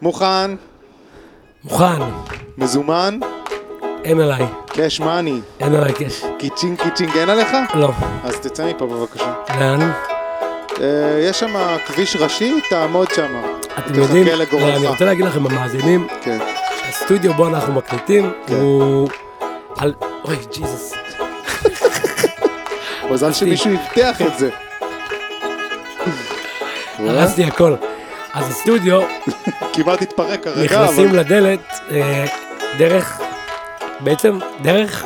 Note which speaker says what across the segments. Speaker 1: מוכן,
Speaker 2: מוכן,
Speaker 1: מזומן,
Speaker 2: אין עליי,
Speaker 1: קאש מאני,
Speaker 2: אין עליי קש.
Speaker 1: קיצ'ינג קיצ'ינג אין עליך?
Speaker 2: לא.
Speaker 1: אז תצא מפה בבקשה.
Speaker 2: לאן?
Speaker 1: אה, יש שם כביש ראשי, תעמוד שם.
Speaker 2: אתם יודעים,
Speaker 1: תחכה
Speaker 2: לא, אני
Speaker 1: לגורלך.
Speaker 2: רוצה להגיד לכם, המאזינים,
Speaker 1: כן.
Speaker 2: הסטודיו בו אנחנו מקליטים,
Speaker 1: כן.
Speaker 2: הוא... על... אוי, ג'יזוס.
Speaker 1: מזל שמישהו הבטיח
Speaker 2: כן.
Speaker 1: את זה. אה?
Speaker 2: הרסתי הכל. אז הסטודיו,
Speaker 1: כמעט התפרק כרגע,
Speaker 2: נכנסים
Speaker 1: אבל
Speaker 2: לדלת אה, דרך, בעצם דרך,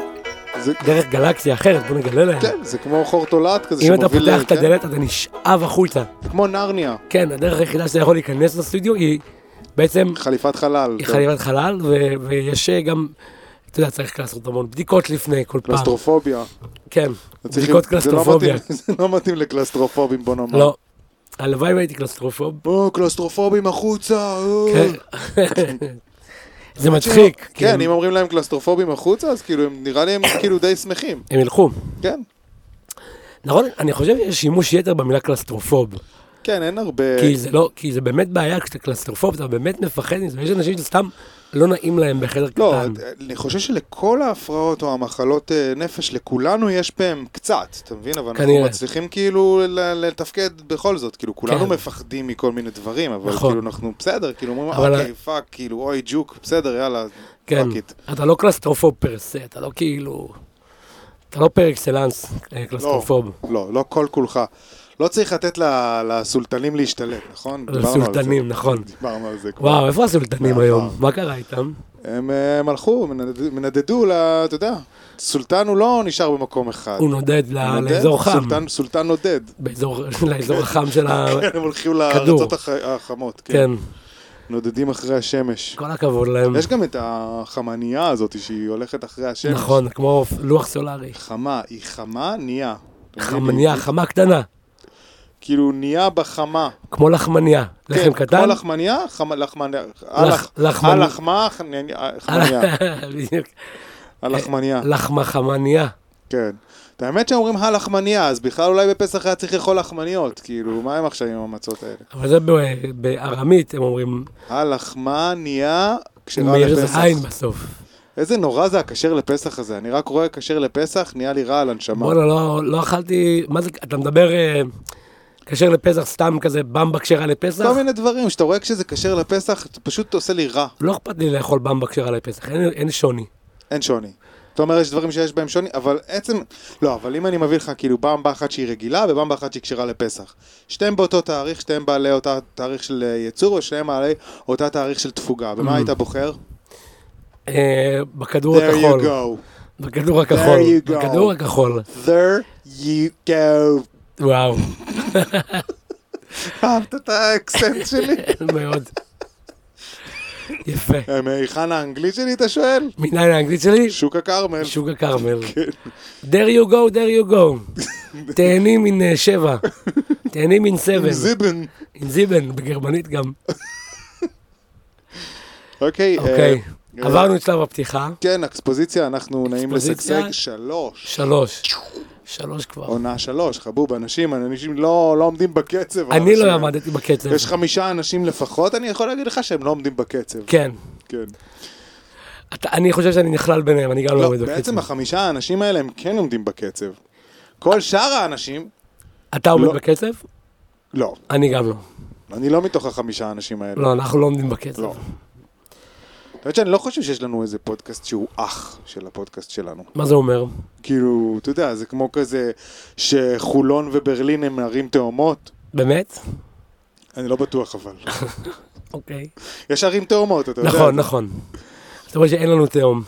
Speaker 1: זה-
Speaker 2: דרך גלקסיה אחרת, בוא נגלה להם.
Speaker 1: כן, זה כמו חור תולעת כזה
Speaker 2: אם אתה
Speaker 1: שמוביל... כן.
Speaker 2: פותח
Speaker 1: ל-
Speaker 2: את הדלת אתה נשאב החוצה.
Speaker 1: כן, כמו נרניה,
Speaker 2: כן, הדרך היחידה שאתה יכול להיכנס לסטודיו היא בעצם
Speaker 1: חליפת חלל.
Speaker 2: היא
Speaker 1: כן.
Speaker 2: חליבת חלל, ו- ויש אה, גם, אתה יודע, צריך לעשות המון בדיקות לפני כל פעם.
Speaker 1: קלסטרופוביה.
Speaker 2: כן,
Speaker 1: אתה צריך-
Speaker 2: בדיקות
Speaker 1: זה לא
Speaker 2: קלסטרופוביה.
Speaker 1: מתאים- אה. זה לא מתאים לקלסטרופובים, בוא נאמר.
Speaker 2: לא, הלוואי והייתי קלסטרופוב.
Speaker 1: או, קלסטרופובים החוצה. או.
Speaker 2: כן. זה מצחיק. כאילו. כי
Speaker 1: אה. כן,
Speaker 2: הם-
Speaker 1: אם אומרים להם קלסטרופובים החוצה, אז כאילו, הם- נראה לי הם כאילו די שמחים.
Speaker 2: הם ילכו.
Speaker 1: כן.
Speaker 2: נכון, אני חושב שיש שימוש יתר במילה קלסטרופוב.
Speaker 1: כן, אין הרבה...
Speaker 2: כי זה לא, כי זה באמת בעיה, כשאתה קלסטרופוב, אתה באמת מפחד מזה. יש אנשים שסתם לא נעים להם בחדר
Speaker 1: לא,
Speaker 2: קטן.
Speaker 1: אני חושב שלכל ההפרעות או המחלות אה, נפש, לכולנו יש בהם קצת, אתה מבין? אבל אנחנו
Speaker 2: כנראה.
Speaker 1: מצליחים כאילו ל- לתפקד בכל זאת. כאילו, כולנו
Speaker 2: כן.
Speaker 1: מפחדים מכל מיני דברים, אבל
Speaker 2: נכון.
Speaker 1: כאילו אנחנו בסדר, כאילו אומרים,
Speaker 2: אבל-
Speaker 1: אוקיי, פאק, כאילו, אוי, ג'וק, בסדר, יאללה,
Speaker 2: כן,
Speaker 1: פאק איט.
Speaker 2: אתה לא קלסטרופוב פרסה, אתה לא כאילו... אתה לא פר אקסלנס אה, קלסטרופוב.
Speaker 1: לא, לא כל כולך. לא צריך לתת ל- לסולטנים להשתלט, נכון? דיברנו על זה.
Speaker 2: הסולטנים, נכון.
Speaker 1: דיברנו על זה כבר.
Speaker 2: וואו, איפה הסולטנים
Speaker 1: בעבר.
Speaker 2: היום? מה קרה איתם?
Speaker 1: הם אה, הם הלכו, מנדד- מנדדו, ל- אתה יודע, סולטן הוא לא נשאר במקום אחד.
Speaker 2: הוא נודד ל-
Speaker 1: הוא נודד,
Speaker 2: לאזור חם.
Speaker 1: סולטן- סולטן נודד. כן,
Speaker 2: באזור, לאזור החם של ה...
Speaker 1: הם הולכים לארצות הח- החמות, כן.
Speaker 2: אה, כן,
Speaker 1: נודדים אחרי השמש.
Speaker 2: כל הכבוד להם.
Speaker 1: יש גם את החמנייה הזאת שהיא הולכת אחרי השמש.
Speaker 2: נכון, כמו לוח סולארי.
Speaker 1: חמה, היא חמה, נהיה. אתם יודעים,
Speaker 2: חמניה,
Speaker 1: היא-
Speaker 2: חמה קטנה,
Speaker 1: כאילו נהיה בחמה.
Speaker 2: כמו לחמניה. לחם
Speaker 1: כן,
Speaker 2: קטן?
Speaker 1: כמו לחמניה, חמה, לחמניה. אה,
Speaker 2: לח- לחמנ-
Speaker 1: הלחמה, חמניה.
Speaker 2: בדיוק.
Speaker 1: הלחמניה,
Speaker 2: לחמה חמניה.
Speaker 1: כן. את האמת שאומרים הלחמניה, אז בכלל אולי בפסח היה צריך לאכול לחמניות. כאילו, מה הם עכשיו עם המצות האלה?
Speaker 2: אבל זה ב- בארמית, הם אומרים,
Speaker 1: הלחמניה, כשרה
Speaker 2: מאיר זה
Speaker 1: לפסח.
Speaker 2: עין בסוף.
Speaker 1: איזה נורא זה הכשר לפסח הזה, אני רק רואה כשר לפסח, נהיה לי רע על הנשמה.
Speaker 2: בואנה, לא- לא אכלתי, מה זה, אתה מדבר אה, כשר לפסח, סתם כזה במבה כשרה לפסח?
Speaker 1: כל מיני דברים, שאתה רואה כשזה כשר לפסח, זה פשוט עושה לי רע,
Speaker 2: לא אכפת לי לאכול במבה כשרה לפסח, אין- אין שוני.
Speaker 1: אין שוני. אתה אומר יש דברים שיש בהם שוני, אבל עצם, לא, אבל אם אני מביא לך כאילו במבה אחת שהיא רגילה ובמבה אחת שהיא כשרה לפסח. שתיהם באותו תאריך, שתיהם בעלי אותה תאריך של אה, ייצור ושניהם בעלי אותה תאריך של תפוגה. ומה היית בוחר?
Speaker 2: אה, בכדור
Speaker 1: There you
Speaker 2: הכחול.
Speaker 1: go.
Speaker 2: בכדור הכחול.
Speaker 1: you go.
Speaker 2: בכדור הכחול.
Speaker 1: There you go.
Speaker 2: וואו,
Speaker 1: אהבת את האקסנט שלי?
Speaker 2: מאוד. יפה.
Speaker 1: אה, מהיכן האנגלית שלי, אתה שואל?
Speaker 2: מניין האנגלית שלי?
Speaker 1: שוק הכרמל.
Speaker 2: שוק הכרמל.
Speaker 1: כן.
Speaker 2: there you go, there you go. תהנים מן אה, שבע. תהנים מן סבן.
Speaker 1: זיבן.
Speaker 2: עם זיבן, בגרמנית גם.
Speaker 1: אוקיי.
Speaker 2: אוקיי.
Speaker 1: אה,
Speaker 2: עברנו את שלב הפתיחה.
Speaker 1: כן, אקספוזיציה, אנחנו נעים
Speaker 2: אקספוזיציה.
Speaker 1: לשגשג שלוש.
Speaker 2: שלוש. שלוש כבר.
Speaker 1: עונה שלוש, חבוב, אנשים, אנשים לא, לא עומדים בקצב.
Speaker 2: אני
Speaker 1: האנשים
Speaker 2: לא
Speaker 1: האלה.
Speaker 2: עמדתי בקצב.
Speaker 1: יש חמישה אנשים לפחות, אני יכול להגיד לך שהם לא עומדים בקצב.
Speaker 2: כן.
Speaker 1: כן.
Speaker 2: אתה- אני חושב שאני נכלל ביניהם, אני גם לא
Speaker 1: לא,
Speaker 2: עומד בקצב.
Speaker 1: בעצם החמישה האנשים האלה הם כן עומדים בקצב. כל שאר האנשים,
Speaker 2: אתה עומד
Speaker 1: לא.
Speaker 2: בקצב?
Speaker 1: לא.
Speaker 2: אני גם לא.
Speaker 1: אני לא מתוך החמישה האנשים האלה.
Speaker 2: לא, אנחנו לא עומדים בקצב.
Speaker 1: לא. אתה יודע שאני לא חושב שיש לנו איזה פודקאסט שהוא אח של הפודקאסט שלנו.
Speaker 2: מה זה אומר?
Speaker 1: כאילו, אתה יודע, זה כמו כזה שחולון וברלין הם ערים תאומות.
Speaker 2: באמת?
Speaker 1: אני לא בטוח אבל.
Speaker 2: אוקיי.
Speaker 1: יש ערים תאומות, אתה יודע.
Speaker 2: נכון, נכון. זאת אומרת שאין לנו תהום.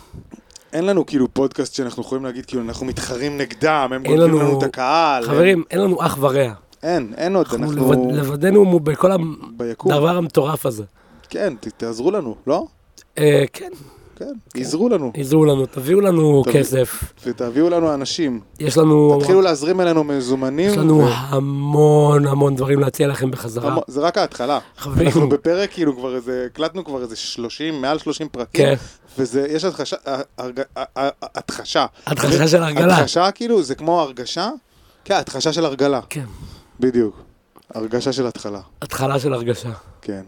Speaker 1: אין לנו כאילו פודקאסט שאנחנו יכולים להגיד, כאילו, אנחנו מתחרים נגדם, הם
Speaker 2: אין
Speaker 1: גונבים
Speaker 2: לנו-
Speaker 1: לנו את הקהל.
Speaker 2: חברים, אין לנו אח ורע.
Speaker 1: אין, אין, אין עוד,
Speaker 2: אנחנו
Speaker 1: אנחנו
Speaker 2: לבד- לבדנו מו- בכל
Speaker 1: ביקום.
Speaker 2: הדבר המטורף הזה.
Speaker 1: כן, ת- תעזרו לנו, לא?
Speaker 2: אה, כן,
Speaker 1: כן, עזרו לנו,
Speaker 2: עזרו לנו, תביאו לנו
Speaker 1: תביא-
Speaker 2: כסף.
Speaker 1: ותביאו לנו אנשים.
Speaker 2: יש לנו
Speaker 1: תתחילו להזרים אלינו מזומנים.
Speaker 2: יש לנו
Speaker 1: ו-
Speaker 2: המון המון דברים להציע לכם בחזרה.
Speaker 1: המון- זה רק ההתחלה.
Speaker 2: חברים.
Speaker 1: אנחנו בפרק, כאילו, כבר איזה, הקלטנו כבר איזה 30, מעל 30 פרקים.
Speaker 2: כן.
Speaker 1: וזה, יש הדחשה, הרג- הדחשה.
Speaker 2: הדחשה של הרגלה.
Speaker 1: הדחשה, כאילו, זה כמו הרגשה, כן, הדחשה של הרגלה,
Speaker 2: כן,
Speaker 1: בדיוק. הרגשה של התחלה,
Speaker 2: התחלה של הרגשה.
Speaker 1: כן.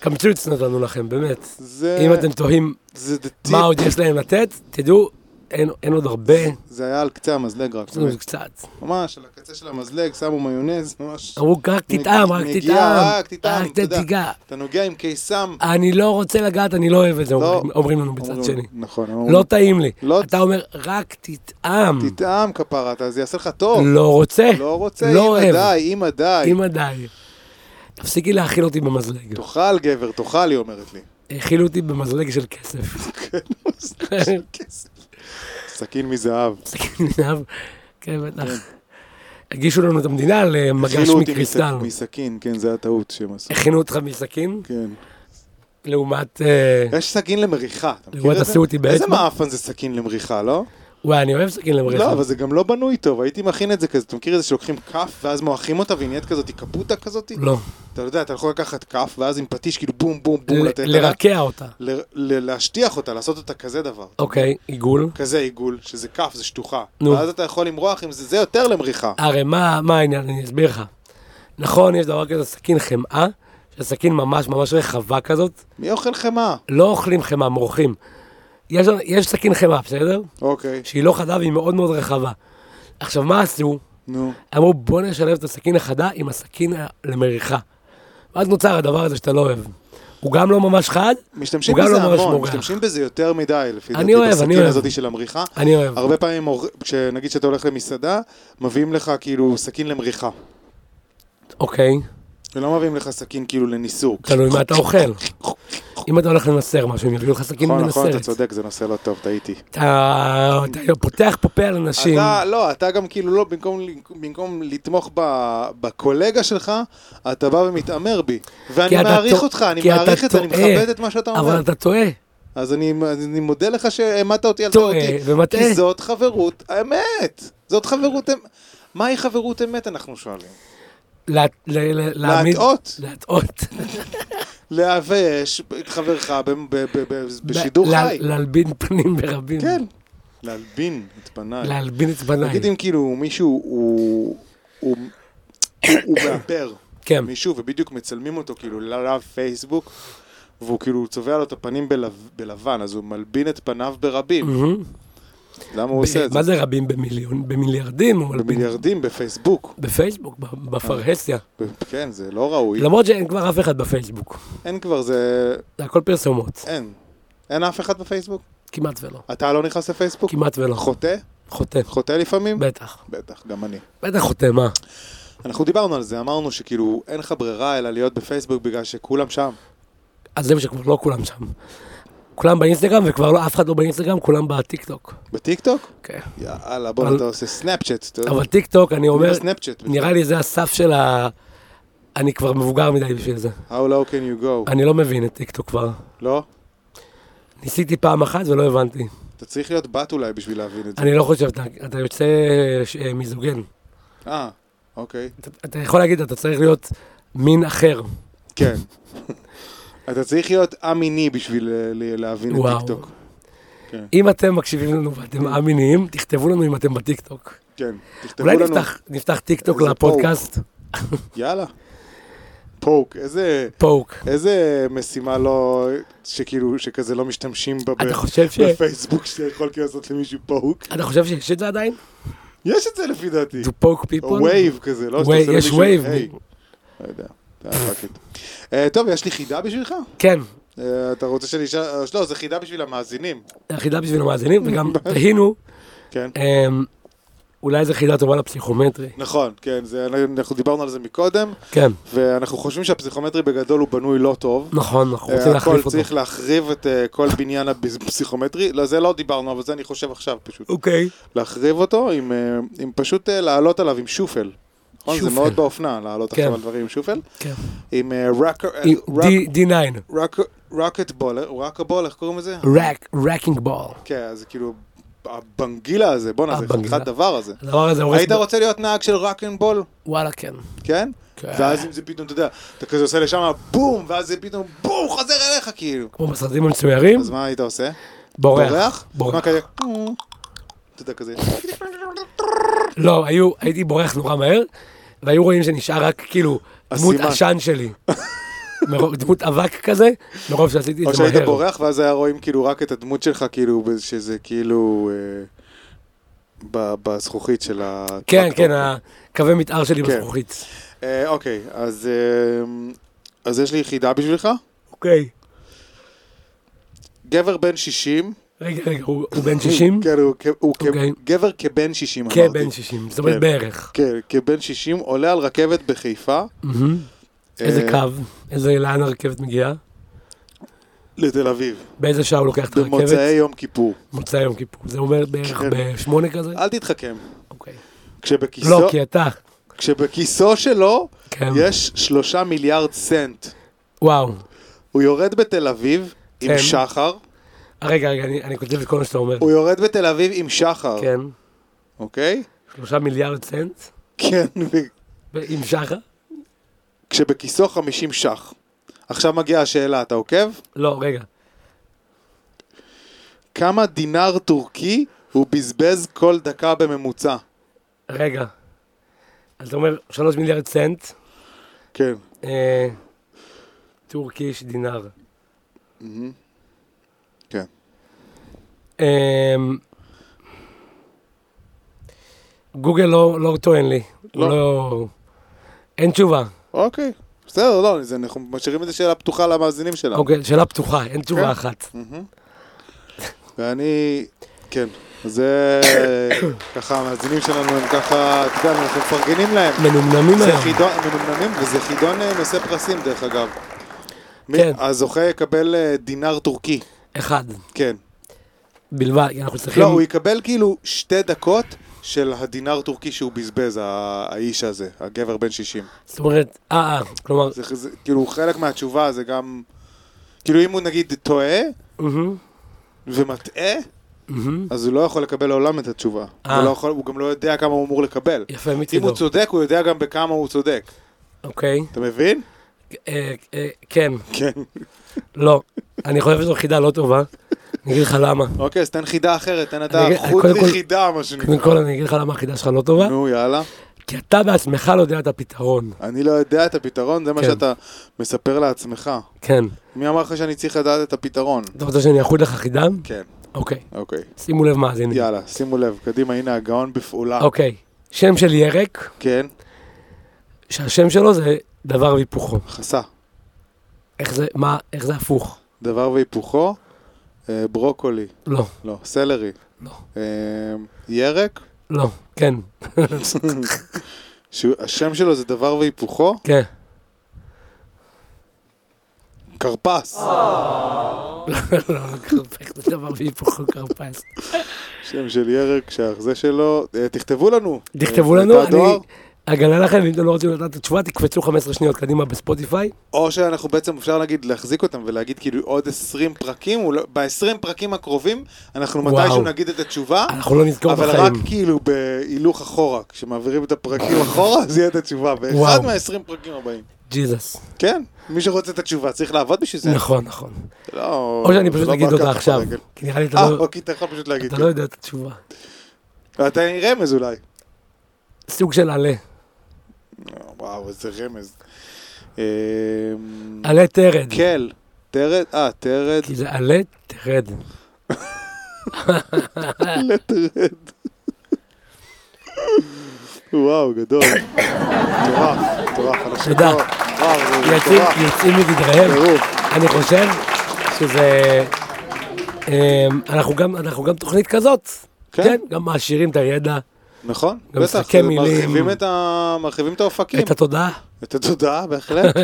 Speaker 2: קמצוץ נתנו לכם, באמת.
Speaker 1: זה...
Speaker 2: אם אתם תוהים
Speaker 1: זה the tip.
Speaker 2: מה עוד יש להם לתת, תדעו, אין- אין עוד הרבה,
Speaker 1: זה היה על קצה המזלג רק.
Speaker 2: יש לנו עוד קצת.
Speaker 1: ממש, על הקצה של המזלג, שמו מיונז, ממש.
Speaker 2: אמרו, רק תטעם, רק
Speaker 1: נגיעה,
Speaker 2: תטעם. "אה,
Speaker 1: רק תטעם, אתה יודע.
Speaker 2: תיגע.
Speaker 1: אתה נוגע עם קיסם.
Speaker 2: אני לא רוצה לגעת, אני לא אוהב את זה,
Speaker 1: לא.
Speaker 2: אומרים- אומרים לנו
Speaker 1: אומרים-
Speaker 2: בצד שני.
Speaker 1: נכון, הם
Speaker 2: לא
Speaker 1: אומרים,
Speaker 2: טעים לי.
Speaker 1: לא-
Speaker 2: אתה אומר, רק תטעם.
Speaker 1: תטעם כפרה, אתה- זה יעשה לך טוב.
Speaker 2: לא רוצה.
Speaker 1: לא רוצה,
Speaker 2: לא
Speaker 1: אמא
Speaker 2: אוהב.
Speaker 1: די, אמא די.
Speaker 2: אמא די. תפסיקי להאכיל אותי במזלג.
Speaker 1: תאכל גבר, תאכל, היא אומרת לי.
Speaker 2: האכילו אותי במזלג של כסף.
Speaker 1: כסף. סכין מזהב.
Speaker 2: סכין זהב, כן בטח. הגישו לנו את המדינה על אה, מגש
Speaker 1: הכינו אותי
Speaker 2: מקריסטל.
Speaker 1: מס- מסכין, כן, זה הטעות שהם עשו.
Speaker 2: הכינו אותך מסכין,
Speaker 1: כן.
Speaker 2: לעומת... אה,
Speaker 1: יש סכין למריחה, אתה מכיר
Speaker 2: לעומת
Speaker 1: את זה?
Speaker 2: עשו אותי
Speaker 1: איזה
Speaker 2: באצבע.
Speaker 1: מעפן זה סכין למריחה, לא?
Speaker 2: וואי, אני אוהב סכין
Speaker 1: לא,
Speaker 2: למריחה.
Speaker 1: אבל זה גם לא בנוי טוב, הייתי מכין את זה כזה, אתה מכיר את זה שלוקחים כף ואז מועכים אותה והיא נהיית כזאת קפוטה כזאת?
Speaker 2: לא,
Speaker 1: אתה יודע, אתה יכול לקחת כף ואז עם פטיש כאילו בום בום בום
Speaker 2: ל-
Speaker 1: לתת לה,
Speaker 2: לרקע אותה.
Speaker 1: ל- ל- להשטיח אותה, לעשות אותה כזה דבר.
Speaker 2: אוקיי, עיגול.
Speaker 1: כזה עיגול, שזה כף, זה שטוחה.
Speaker 2: נו.
Speaker 1: ואז אתה יכול למרוח עם זה, זה יותר למריחה.
Speaker 2: הרי מה מה העניין, אני אסביר לך. נכון, יש דבר כזה סכין חמאה, שסכין ממש ממש רחבה כזאת,
Speaker 1: מי אוכל חמאה?
Speaker 2: לא אוכלים חמאה, מורחים. יש יש סכין חמאה, בסדר?
Speaker 1: אוקיי,
Speaker 2: שהיא לא חדה והיא מאוד מאוד רחבה. עכשיו, מה עשו?
Speaker 1: נו.
Speaker 2: אמרו בוא נשלב את הסכין החדה עם הסכין ה- למריחה. ואז נוצר הדבר הזה שאתה לא אוהב. הוא גם לא ממש חד,
Speaker 1: משתמשים
Speaker 2: הוא גם
Speaker 1: בזה
Speaker 2: לא ממש
Speaker 1: המון,
Speaker 2: מורח.
Speaker 1: משתמשים בזה יותר מדי, לפי
Speaker 2: אני
Speaker 1: דעתי,
Speaker 2: אוהב, אני
Speaker 1: בסכין
Speaker 2: אוהב.
Speaker 1: הזאת של המריחה.
Speaker 2: אני אוהב.
Speaker 1: הרבה פעמים, מור- כשנגיד שאתה הולך למסעדה, מביאים לך כאילו סכין למריחה.
Speaker 2: אוקיי,
Speaker 1: ולא מביאים לך סכין כאילו לניסור.
Speaker 2: תלוי מה אתה אוכל. אם אתה הולך לנסר משהו, הם יביאו לך סכין
Speaker 1: נכון, נכון, אתה
Speaker 2: מנסרת.
Speaker 1: צודק, זה נושא לא טוב, טעיתי.
Speaker 2: אתה אתה פותח פה פה על אנשים.
Speaker 1: אתה, לא, אתה גם כאילו לא, במקום, במקום לתמוך ב, בקולגה שלך, אתה בא ומתעמר בי.
Speaker 2: כי
Speaker 1: ואני
Speaker 2: אתה
Speaker 1: מעריך
Speaker 2: טוע-
Speaker 1: אותך, אני
Speaker 2: כי אתה
Speaker 1: מעריך את זה, אני
Speaker 2: טועה.
Speaker 1: מכבד את מה שאתה אומר.
Speaker 2: אבל אתה טועה.
Speaker 1: אז אני, אני מודה לך שהעמדת אותי על
Speaker 2: טועה
Speaker 1: טעותי.
Speaker 2: אה, ומטעה.
Speaker 1: כי זאת חברות אמת. זאת חברות אמת. מהי חברות אמת, אנחנו שואלים?
Speaker 2: לה- ל- ל- להעמיד-
Speaker 1: להטעות.
Speaker 2: להטעות.
Speaker 1: להבייש את חברך ב, ב, ב, ב, בשידור
Speaker 2: לה-
Speaker 1: חי.
Speaker 2: להלבין פנים ברבים.
Speaker 1: כן. להלבין את פניי.
Speaker 2: להלבין את פניי.
Speaker 1: נגיד אם כאילו מישהו הוא... הוא הוא מאפר
Speaker 2: כן.
Speaker 1: מישהו ובדיוק מצלמים אותו כאילו לפייסבוק והוא כאילו צובע לו את הפנים בלב- בלבן אז הוא מלבין את פניו ברבים
Speaker 2: מהמם.
Speaker 1: למה הוא עושה את זה?
Speaker 2: אה, מה זה רבים במיליון? במיליארדים? הוא מלבין.
Speaker 1: במיליארדים בפייסבוק
Speaker 2: בפייסבוק, ב- בפרהסיה.
Speaker 1: אה. ב- כן זה לא ראוי
Speaker 2: למרות שאין כבר אף אחד בפייסבוק.
Speaker 1: אין כבר זה
Speaker 2: זה הכל פרסומות.
Speaker 1: אין אין אף אחד בפייסבוק
Speaker 2: כמעט ולא.
Speaker 1: אתה לא נכנס לפייסבוק?
Speaker 2: כמעט ולא.
Speaker 1: חוטא?
Speaker 2: חוטא.
Speaker 1: חוטא לפעמים?
Speaker 2: בטח.
Speaker 1: בטח גם אני
Speaker 2: בטח חוטא, מה?
Speaker 1: אנחנו דיברנו על זה אמרנו שכאילו אין לך ברירה אלא להיות בפייסבוק בגלל שכולם שם
Speaker 2: אז זהו שכבר לא כולם שם. כולם באינסטגרם, וכבר לא, אף אחד לא באינסטגרם, כולם בטיקטוק.
Speaker 1: בטיקטוק?
Speaker 2: כן.
Speaker 1: יאללה, בוא
Speaker 2: אבל-
Speaker 1: אתה עושה סנאפצ'אט. אתה יודע.
Speaker 2: אבל טיקטוק, אני אומר,
Speaker 1: סנאפצ'אט.
Speaker 2: נראה לי זה הסף של ה... אני כבר מבוגר מדי בשביל זה.
Speaker 1: How low can you go?
Speaker 2: אני לא מבין את טיקטוק כבר.
Speaker 1: לא?
Speaker 2: ניסיתי פעם אחת ולא הבנתי.
Speaker 1: אתה צריך להיות בת אולי בשביל להבין את זה.
Speaker 2: אני לא חושב, אתה, אתה יוצא ש- אה, מיזוגן.
Speaker 1: אה, אוקיי.
Speaker 2: אתה, אתה יכול להגיד, אתה צריך להיות מין אחר.
Speaker 1: כן. אתה צריך להיות א-מיני בשביל אה, ל- להבין את
Speaker 2: וואו.
Speaker 1: טיקטוק.
Speaker 2: אם אתם מקשיבים לנו ואתם מאמינים, תכתבו לנו אם אתם בטיקטוק.
Speaker 1: כן. תכתבו
Speaker 2: אולי
Speaker 1: לנו.
Speaker 2: נפתח, נפתח טיקטוק
Speaker 1: איזה
Speaker 2: לפודקאסט,
Speaker 1: יאללה. פוק. איזה...
Speaker 2: פוק.
Speaker 1: איזה משימה לא... שכאילו, שכזה לא משתמשים בה ב-
Speaker 2: אתה חושב ש...
Speaker 1: בפייסבוק שאתה יכול כאילו לעשות למישהו פוק.
Speaker 2: אתה חושב שיש את זה עדיין?
Speaker 1: יש את זה לפי דעתי.
Speaker 2: To poke people?
Speaker 1: או וייב כזה, לא? שאתה
Speaker 2: ווי-
Speaker 1: עושה
Speaker 2: יש
Speaker 1: למישהו,
Speaker 2: וייב.
Speaker 1: היי. לא יודע. אתה fuck it. אה, טוב, יש לי חידה בשבילך?
Speaker 2: כן,
Speaker 1: אה, אתה רוצה שאני אשאל... אה, לא, זו חידה בשביל המאזינים.
Speaker 2: חידה בשביל המאזינים, וגם תהינו,
Speaker 1: כן.
Speaker 2: אמ, אולי זו חידה טובה לפסיכומטרי.
Speaker 1: נכון, כן, זה, אנחנו דיברנו על זה מקודם,
Speaker 2: כן,
Speaker 1: ואנחנו חושבים שהפסיכומטרי בגדול הוא בנוי לא טוב.
Speaker 2: נכון, אנחנו
Speaker 1: אה,
Speaker 2: רוצים
Speaker 1: הכל
Speaker 2: להחליף אותו.
Speaker 1: צריך להחריב את אה, כל בניין הפסיכומטרי. לא, זה לא דיברנו, אבל זה אני חושב עכשיו פשוט.
Speaker 2: אוקיי.
Speaker 1: להחריב אותו עם, אה, עם פשוט אה, לעלות עליו עם שופל. נכון, זה
Speaker 2: שופל.
Speaker 1: מאוד באופנה, לעלות
Speaker 2: כן.
Speaker 1: עכשיו על דברים עם שופל.
Speaker 2: כן.
Speaker 1: עם אה,
Speaker 2: עם D- D9,
Speaker 1: רוקט בול, רוקבול, אה, איך קוראים לזה?
Speaker 2: רקינג בול.
Speaker 1: כן, אז כאילו, הבנגילה הזה, בואנה, זה
Speaker 2: הבנגילה.
Speaker 1: חתיכת דבר הזה.
Speaker 2: הדבר הזה הורס...
Speaker 1: היית
Speaker 2: ב-
Speaker 1: רוצה להיות נהג של רוקנבול,
Speaker 2: וואלה, כן.
Speaker 1: כן?
Speaker 2: כן.
Speaker 1: ואז אם זה פתאום, אתה יודע, אתה כזה עושה לשם בום, ואז זה פתאום בום, חזר אליך כאילו.
Speaker 2: כמו בסרטים המצוירים,
Speaker 1: אז מה היית עושה?
Speaker 2: בורח.
Speaker 1: מה
Speaker 2: בורח.
Speaker 1: כזה? אתה יודע, כזה.
Speaker 2: לא, היו, הייתי בורח נורא מהר, והיו רואים שנשאר רק כאילו דמות
Speaker 1: הסימן.
Speaker 2: עשן שלי. מרוב- דמות אבק כזה, מרוב שעשיתי
Speaker 1: או
Speaker 2: את זה מהר.
Speaker 1: שהיית בורח ואז היה רואים כאילו רק את הדמות שלך כאילו באיזה- שזה כאילו אה, ב- בזכוכית של ה...
Speaker 2: כן, כן, הקווי מתאר שלי
Speaker 1: כן.
Speaker 2: בזכוכית.
Speaker 1: אה, אוקיי, אז אה, אז יש לי יחידה בשבילך.
Speaker 2: אוקיי.
Speaker 1: גבר בן 60.
Speaker 2: רגע, רגע, הוא הוא בן 60?
Speaker 1: כן, הוא כ- הוא כ-
Speaker 2: אוקיי.
Speaker 1: גבר כבן 60 אמרתי.
Speaker 2: כבן 60, זאת אומרת
Speaker 1: כן.
Speaker 2: בערך.
Speaker 1: כן, כבן 60 עולה על רכבת בחיפה.
Speaker 2: מהמם. איזה
Speaker 1: אה,
Speaker 2: קו? איזה, לאן הרכבת מגיעה?
Speaker 1: לתל אביב.
Speaker 2: באיזה שעה הוא לוקח את
Speaker 1: במוצאי
Speaker 2: הרכבת?
Speaker 1: יום כיפור.
Speaker 2: מוצאי יום כיפור. זה אומר בערך
Speaker 1: כן.
Speaker 2: בשמונה כזה?
Speaker 1: אל תתחכם.
Speaker 2: אוקיי.
Speaker 1: כשבכיסו,
Speaker 2: לא, כי אתה.
Speaker 1: כשבכיסו שלו
Speaker 2: כן.
Speaker 1: יש שלושה מיליארד סנט.
Speaker 2: וואו. אה,
Speaker 1: הוא יורד בתל אביב עם
Speaker 2: כן.
Speaker 1: שחר.
Speaker 2: רגע, רגע, אני- אני כותב את כל מה שאתה אומר.
Speaker 1: הוא יורד בתל אביב עם שחר,
Speaker 2: כן.
Speaker 1: אוקיי?
Speaker 2: שלושה מיליארד סנט?
Speaker 1: כן, ו-
Speaker 2: ו- עם שחר?
Speaker 1: כשבכיסו 50 ש"ח. עכשיו מגיעה השאלה, אתה עוקב?
Speaker 2: לא, רגע.
Speaker 1: כמה דינר טורקי הוא בזבז כל דקה בממוצע?
Speaker 2: רגע. אז אתה אומר שלוש מיליארד סנט,
Speaker 1: כן.
Speaker 2: אה, טורקיש דינר.
Speaker 1: מהמם. כן.
Speaker 2: אמ, גוגל לא, לא טוען לי.
Speaker 1: לא.
Speaker 2: לא. לא... אין תשובה.
Speaker 1: אוקיי. בסדר, לא, זה- אנחנו משאירים את השאלה פתוחה למאזינים שלנו.
Speaker 2: אוקיי, שאלה פתוחה, אין תשובה
Speaker 1: לא. כן.
Speaker 2: אחת.
Speaker 1: ואני, כן, זה ככה, המאזינים שלנו הם ככה, אתה יודע, אנחנו מפרגנים להם.
Speaker 2: מנומנמים
Speaker 1: זה
Speaker 2: היום.
Speaker 1: חידון, מנומנמים, וזה חידון אה, נושא פרסים דרך אגב. מי-
Speaker 2: כן.
Speaker 1: הזוכה יקבל אה, דינר טורקי,
Speaker 2: אחד.
Speaker 1: כן.
Speaker 2: בלבד, כי אנחנו צריכים...
Speaker 1: לא, הוא יקבל כאילו שתי דקות של הדינר טורקי שהוא בזבז, ה- האיש הזה, הגבר בן 60.
Speaker 2: זאת אומרת, אה, אה, כלומר...
Speaker 1: זה זה- כאילו חלק מהתשובה זה גם, כאילו אם הוא נגיד טועה
Speaker 2: מהמם,
Speaker 1: ומטעה,
Speaker 2: מהמם.
Speaker 1: אז הוא לא יכול לקבל לעולם את התשובה.
Speaker 2: אה.
Speaker 1: הוא, לא יכול, הוא גם לא יודע כמה הוא אמור לקבל.
Speaker 2: יפה,
Speaker 1: אם
Speaker 2: מצידו.
Speaker 1: הוא צודק, הוא יודע גם בכמה הוא צודק.
Speaker 2: אוקיי.
Speaker 1: אתה מבין?
Speaker 2: אה, אה, כן,
Speaker 1: כן.
Speaker 2: לא. אני חושב שזו חידה לא טובה. אני אגיד לך למה.
Speaker 1: אוקיי, אז תן חידה אחרת, תן אתה
Speaker 2: אני-
Speaker 1: חוץ
Speaker 2: קודם כל-
Speaker 1: לחידה, מה שנקרא.
Speaker 2: קודם כל אני אגיד לך למה החידה שלך לא טובה.
Speaker 1: נו, יאללה.
Speaker 2: כי אתה בעצמך לא יודע את הפתרון.
Speaker 1: אני לא יודע את הפתרון, זה מה
Speaker 2: כן.
Speaker 1: שאתה מספר לעצמך.
Speaker 2: כן.
Speaker 1: מי אמר לך שאני צריך לדעת את הפתרון?
Speaker 2: אתה רוצה שאני אחוד לך חידה?
Speaker 1: כן,
Speaker 2: אוקיי.
Speaker 1: אוקיי.
Speaker 2: שימו לב מאזינים.
Speaker 1: יאללה, שימו לב, קדימה, הנה הגאון בפעולה.
Speaker 2: אוקיי, שם של ירק,
Speaker 1: כן,
Speaker 2: שהשם שלו זה דבר והיפוכו.
Speaker 1: חסה.
Speaker 2: איך זה, מה, איך זה הפוך?
Speaker 1: דבר והיפוכו, אה, ברוקולי,
Speaker 2: לא,
Speaker 1: לא, סלרי.
Speaker 2: לא.
Speaker 1: אה, ירק,
Speaker 2: לא, כן,
Speaker 1: שהשם שלו זה דבר והיפוכו,
Speaker 2: כן.
Speaker 1: כרפס.
Speaker 2: אה. לא, לא, כרפס זה דבר והיפוכו כרפס.
Speaker 1: שם של ירק, שהזה שלו, אה, תכתבו לנו.
Speaker 2: תכתבו
Speaker 1: אה,
Speaker 2: לנו,
Speaker 1: בתא דואר,
Speaker 2: אני אגלה לכם, אם אתם לא רוצים לדעת את התשובה, תקפצו 15 שניות קדימה בספוטיפיי.
Speaker 1: או שאנחנו בעצם אפשר להגיד, להחזיק אותם ולהגיד כאילו עוד 20 פרקים, אולי- ב-20 פרקים הקרובים, אנחנו
Speaker 2: וואו.
Speaker 1: מתישהו נגיד את התשובה,
Speaker 2: אנחנו לא נזכור
Speaker 1: אבל רק
Speaker 2: בחיים.
Speaker 1: כאילו בהילוך אחורה, כשמעבירים את הפרקים אחורה, אז יהיה את התשובה, באחד
Speaker 2: וואו.
Speaker 1: מה-20 פרקים הבאים.
Speaker 2: ג'יזוס.
Speaker 1: כן, מי שרוצה את התשובה צריך לעבוד בשביל זה.
Speaker 2: נכון, נכון.
Speaker 1: זה לא...
Speaker 2: או שאני
Speaker 1: אה. זה
Speaker 2: פשוט
Speaker 1: לא
Speaker 2: אגיד
Speaker 1: בא
Speaker 2: אותה
Speaker 1: ככה
Speaker 2: עכשיו.
Speaker 1: ברגל.
Speaker 2: כי נראה לי אתה
Speaker 1: אה,
Speaker 2: לא-
Speaker 1: אוקיי, אתה יכול פשוט להגיד.
Speaker 2: אתה לא יודע את התשובה.
Speaker 1: כן. אתה עם רמז אולי.
Speaker 2: סוג של עלה.
Speaker 1: וואו, איזה רמז. אמ,
Speaker 2: עלה תרד.
Speaker 1: כן, תרד, אה, תרד,
Speaker 2: כי זה עלה תרד.
Speaker 1: לתרד. וואו, גדול. מטורף, מטורף. אנשים
Speaker 2: תודה.
Speaker 1: פה- וואו, זה
Speaker 2: יוצאים
Speaker 1: מטורף.
Speaker 2: יוצאים מגדריהם.
Speaker 1: טירוף.
Speaker 2: אני חושב שזה... אמ, אנחנו גם, אנחנו גם תוכנית כזאת,
Speaker 1: כן.
Speaker 2: כן? גם מעשירים את הידע,
Speaker 1: נכון,
Speaker 2: גם
Speaker 1: בטח,
Speaker 2: משחקי
Speaker 1: זה
Speaker 2: מילים.
Speaker 1: מרחיבים את ה- מרחיבים את האופקים,
Speaker 2: את התודעה.
Speaker 1: את התודעה, בהחלט.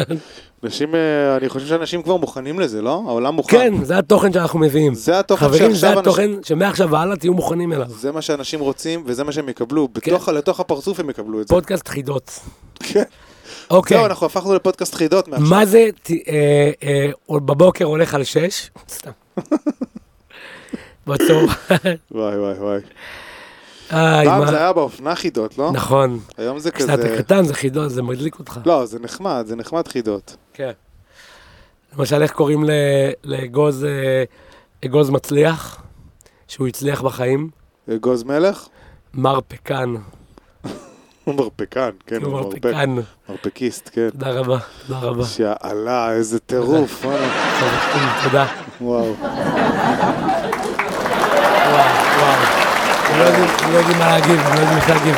Speaker 1: אנשים, אה, אני חושב שאנשים כבר מוכנים לזה, לא? העולם מוכן.
Speaker 2: כן, זה התוכן שאנחנו מביאים.
Speaker 1: זה התוכן
Speaker 2: חברים,
Speaker 1: שעכשיו
Speaker 2: זה
Speaker 1: אנשים-
Speaker 2: התוכן שמעכשיו והלאה תהיו מוכנים אליו.
Speaker 1: זה מה שאנשים רוצים, וזה מה שהם יקבלו.
Speaker 2: כן.
Speaker 1: בתוך, לתוך הפרצוף הם יקבלו את זה.
Speaker 2: פודקאסט חידות.
Speaker 1: כן.
Speaker 2: אוקיי,
Speaker 1: זהו, אנחנו הפכנו לפודקאסט חידות מעכשיו.
Speaker 2: מה זה ת- אה, אה, עוד בבוקר הולך על שש? סתם. בצהר.
Speaker 1: וואי, וואי, וואי.
Speaker 2: איי,
Speaker 1: פעם זה
Speaker 2: מה?
Speaker 1: היה באופנה חידות, לא?
Speaker 2: נכון.
Speaker 1: היום זה
Speaker 2: כשאתה
Speaker 1: כזה...
Speaker 2: קטן זה חידות, זה מדליק אותך.
Speaker 1: לא, זה נחמד, זה נחמד חידות.
Speaker 2: כן. למשל, איך קוראים ל- לאגוז אה, אגוז מצליח,
Speaker 1: אה,
Speaker 2: שהוא הצליח בחיים?
Speaker 1: אגוז מלך?
Speaker 2: מר פקן.
Speaker 1: הוא מרפקן, כן,
Speaker 2: הוא
Speaker 1: הוא מרפק.
Speaker 2: מרפקן.
Speaker 1: מרפקיסט, כן.
Speaker 2: תודה רבה, תודה רבה.
Speaker 1: שאלה, איזה טירוף, וואלה.
Speaker 2: תודה.
Speaker 1: וואו.
Speaker 2: וואו. הם לא יודעים- הם לא יודעים מה להגיב, הם לא יודעים איך להגיב.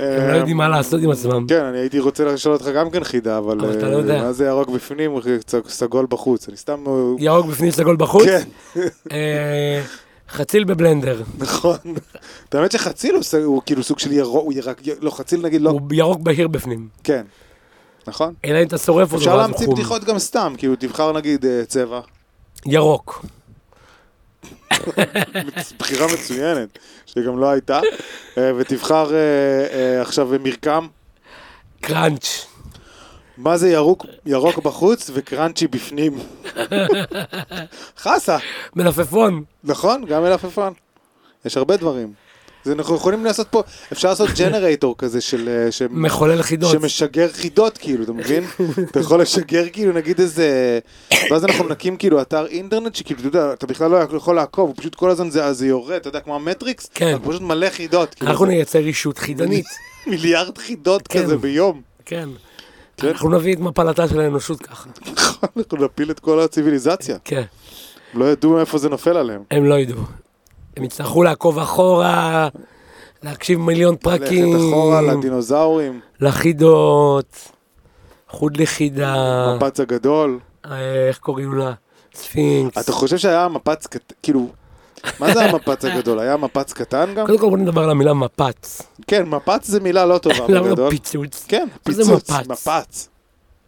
Speaker 2: הם לא יודעים מה לעשות עם עצמם.
Speaker 1: כן, אני הייתי רוצה לשאול אותך גם כן חידה, אבל...
Speaker 2: אבל אתה
Speaker 1: אה,
Speaker 2: לא יודע.
Speaker 1: מה זה ירוק בפנים, וצ- סגול בחוץ? אני סתם... אה,
Speaker 2: ירוק בפנים סגול בחוץ?
Speaker 1: כן,
Speaker 2: אה, חציל בבלנדר.
Speaker 1: נכון. האמת שחציל הוא ס- הוא כאילו סוג של ירוק, הוא ירק... לא, חציל נגיד לא...
Speaker 2: הוא ירוק בהיר בפנים.
Speaker 1: כן. נכון?
Speaker 2: אלא אם אתה שורף אותו,
Speaker 1: אפשר
Speaker 2: ואז הוא
Speaker 1: להמציא
Speaker 2: חום.
Speaker 1: בדיחות גם סתם, כאילו תבחר נגיד אה, צבע.
Speaker 2: ירוק.
Speaker 1: בחירה מצוינת, שגם לא הייתה. אה, ותבחר אה, אה, עכשיו מרקם.
Speaker 2: קראנץ'.
Speaker 1: מה זה ירוק, ירוק בחוץ וקראנצ'י בפנים? חסה,
Speaker 2: מלפפון.
Speaker 1: נכון? גם מלפפן. יש הרבה דברים. זה אנחנו יכולים לעשות פה, אפשר לעשות ג'נרטור כזה של... אה, ש...
Speaker 2: מחולל חידות.
Speaker 1: שמשגר חידות כאילו, אתה מבין? אתה יכול לשגר כאילו נגיד איזה... ואז אנחנו מנקים כאילו אתר אינטרנט שכאילו, אתה יודע, אתה בכלל לא יכול לעקוב, הוא פשוט כל הזמן זה, זה יורד, אתה יודע, כמו המטריקס,
Speaker 2: כן.
Speaker 1: רק פשוט מלא חידות, כאילו,
Speaker 2: אנחנו נייצר אישות חידנית.
Speaker 1: מיליארד חידות
Speaker 2: כן.
Speaker 1: כזה ביום.
Speaker 2: כן.
Speaker 1: כן.
Speaker 2: אנחנו נביא את מפלתה של האנושות ככה.
Speaker 1: אנחנו נפיל את כל הציוויליזציה.
Speaker 2: כן.
Speaker 1: לא ידעו מאיפה זה נופל עליהם.
Speaker 2: הם לא ידעו. הם יצטרכו לעקוב אחורה, להקשיב מיליון פרקים,
Speaker 1: ללכת אחורה לדינוזאורים,
Speaker 2: לחידות, חוד לחידה,
Speaker 1: מפץ הגדול.
Speaker 2: אה, איך קוראים לה? ספינקס.
Speaker 1: אתה חושב שהיה מפץ קטן, כאילו, מה זה המפץ הגדול? היה מפץ קטן גם?
Speaker 2: קודם כל בוא נדבר על המילה מפץ.
Speaker 1: כן, מפץ זה מילה לא טובה
Speaker 2: למה לא
Speaker 1: בגדול.
Speaker 2: פיצוץ?
Speaker 1: כן,
Speaker 2: מה זה
Speaker 1: פיצוץ,
Speaker 2: מפץ?
Speaker 1: מפץ.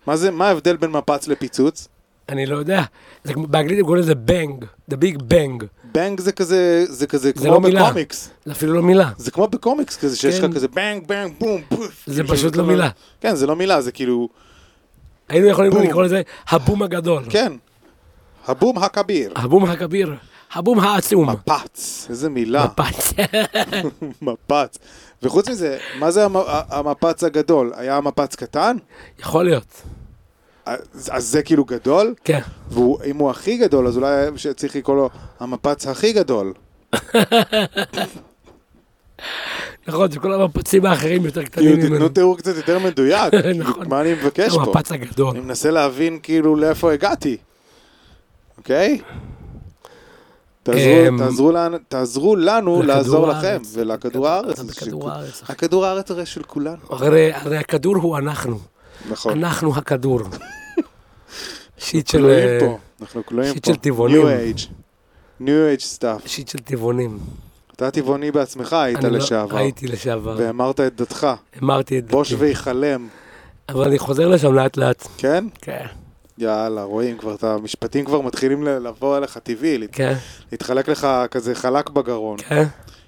Speaker 1: מה זה, מה ההבדל בין מפץ לפיצוץ? אני...
Speaker 2: אני לא יודע. זה כמו- באנגלית הם קוראים לזה בנג, the big bang.
Speaker 1: בנג זה כזה, זה כזה
Speaker 2: זה
Speaker 1: כמו
Speaker 2: לא מילה.
Speaker 1: בקומיקס.
Speaker 2: זה אפילו לא מילה.
Speaker 1: זה כמו בקומיקס כזה, שיש
Speaker 2: כן.
Speaker 1: לך כזה בנג, בנג, בום, פוף.
Speaker 2: זה
Speaker 1: כאילו
Speaker 2: פשוט
Speaker 1: שזה
Speaker 2: לא
Speaker 1: כל-
Speaker 2: מילה.
Speaker 1: כן, זה לא מילה, זה כאילו,
Speaker 2: היינו יכולים
Speaker 1: בום.
Speaker 2: לקרוא לזה הבום הגדול.
Speaker 1: כן. הבום הכביר.
Speaker 2: הבום הכביר, הבום העצום.
Speaker 1: מפץ, איזה
Speaker 2: אה.
Speaker 1: מילה.
Speaker 2: מפץ.
Speaker 1: מפץ. וחוץ מזה, מה זה המ- ה- המפץ הגדול? היה מפץ קטן?
Speaker 2: יכול להיות.
Speaker 1: אז אז זה כאילו גדול?
Speaker 2: כן.
Speaker 1: ואם הוא הכי גדול, אז אולי שצריך לקרוא לו המפץ הכי גדול.
Speaker 2: נכון, שכל המפצים האחרים יותר קטנים
Speaker 1: כאילו,
Speaker 2: ממנו.
Speaker 1: תיתנו תיאור קצת יותר מדויק. כאילו,
Speaker 2: נכון.
Speaker 1: מה אני מבקש פה?
Speaker 2: המפץ הגדול.
Speaker 1: אני מנסה להבין כאילו לאיפה הגעתי, אוקיי? תעזרו-
Speaker 2: אמ,
Speaker 1: תעזרו לנו- תעזרו לנו
Speaker 2: לכדור
Speaker 1: לעזור
Speaker 2: הארץ.
Speaker 1: לכם ולכדור הארץ. זה של-
Speaker 2: הכדור הארץ.
Speaker 1: הכדור הארץ הרי של כולנו.
Speaker 2: הרי הרי הכדור הוא אנחנו.
Speaker 1: נכון.
Speaker 2: אנחנו הכדור. שיט של...
Speaker 1: כלואים
Speaker 2: אה,
Speaker 1: פה. אנחנו כלואים
Speaker 2: שיט
Speaker 1: פה.
Speaker 2: של טבעונים.
Speaker 1: New Age. New Age stuff.
Speaker 2: שיט של טבעונים.
Speaker 1: אתה טבעוני בעצמך היית
Speaker 2: אני לא-
Speaker 1: לשעבר,
Speaker 2: הייתי לשעבר.
Speaker 1: ואמרת את דתך,
Speaker 2: אמרתי את
Speaker 1: בוש
Speaker 2: דעתי.
Speaker 1: ויחלם,
Speaker 2: אבל אני חוזר לשם לאט לאט.
Speaker 1: כן?
Speaker 2: כן.
Speaker 1: יאללה, רואים כבר את המשפטים כבר מתחילים ל- לבוא אליך טבעי, להת-
Speaker 2: כן.
Speaker 1: להתחלק לך כזה חלק בגרון.
Speaker 2: כן.